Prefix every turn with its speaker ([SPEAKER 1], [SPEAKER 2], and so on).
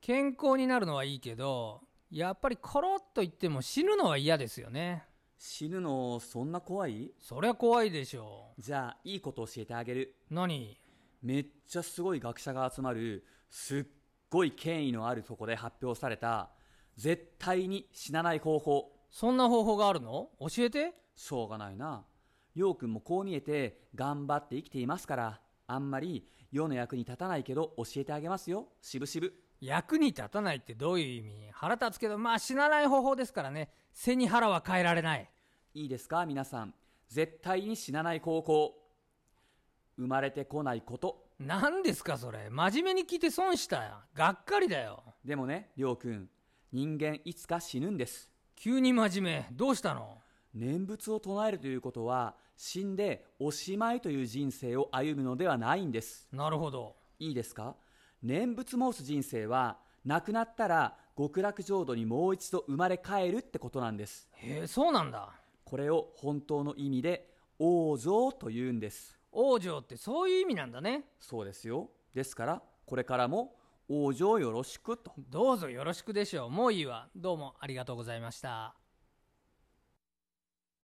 [SPEAKER 1] 健康になるのはいいけど、やっぱりコロッと言っても死ぬのは嫌ですよね。
[SPEAKER 2] 死ぬの、そんな怖い
[SPEAKER 1] そりゃ怖いでしょ
[SPEAKER 2] じゃあ、いいこと教えてあげる。
[SPEAKER 1] う。何
[SPEAKER 2] めっちゃすごい学者が集まる、すっごい権威のあるとこで発表された、絶対に死なない方法。
[SPEAKER 1] そんな方法があるの教えて。
[SPEAKER 2] しょうがないな。りょうくんもこう見えて、頑張って生きていますから、あんまり世の役に立たないけど教えてあげますよ。しぶしぶ。
[SPEAKER 1] 役に立たないってどういう意味腹立つけど、まあ死なない方法ですからね。背に腹は変えられない。
[SPEAKER 2] いいですか皆さん。絶対に死なない高校。生まれてこないこと。
[SPEAKER 1] 何ですかそれ。真面目に聞いて損したよ。がっかりだよ。
[SPEAKER 2] でもね、りょうくん。人間いつか死ぬんです。
[SPEAKER 1] 急に真面目。どうしたの
[SPEAKER 2] 念仏を唱えるということは、死んでおしまいという人生を歩むのではないんです。
[SPEAKER 1] なるほど。
[SPEAKER 2] いいですか念仏申す人生は、亡くなったら極楽浄土にもう一度生まれ変えるってことなんです。
[SPEAKER 1] へえ、そうなんだ。
[SPEAKER 2] これを本当の意味で、王像と言うんです。
[SPEAKER 1] 王女ってそういう意味なんだね。
[SPEAKER 2] そうですよ。ですから、これからも、王女よろしくと。
[SPEAKER 1] どうぞよろしくでしょう。もういいわ。どうもありがとうございました。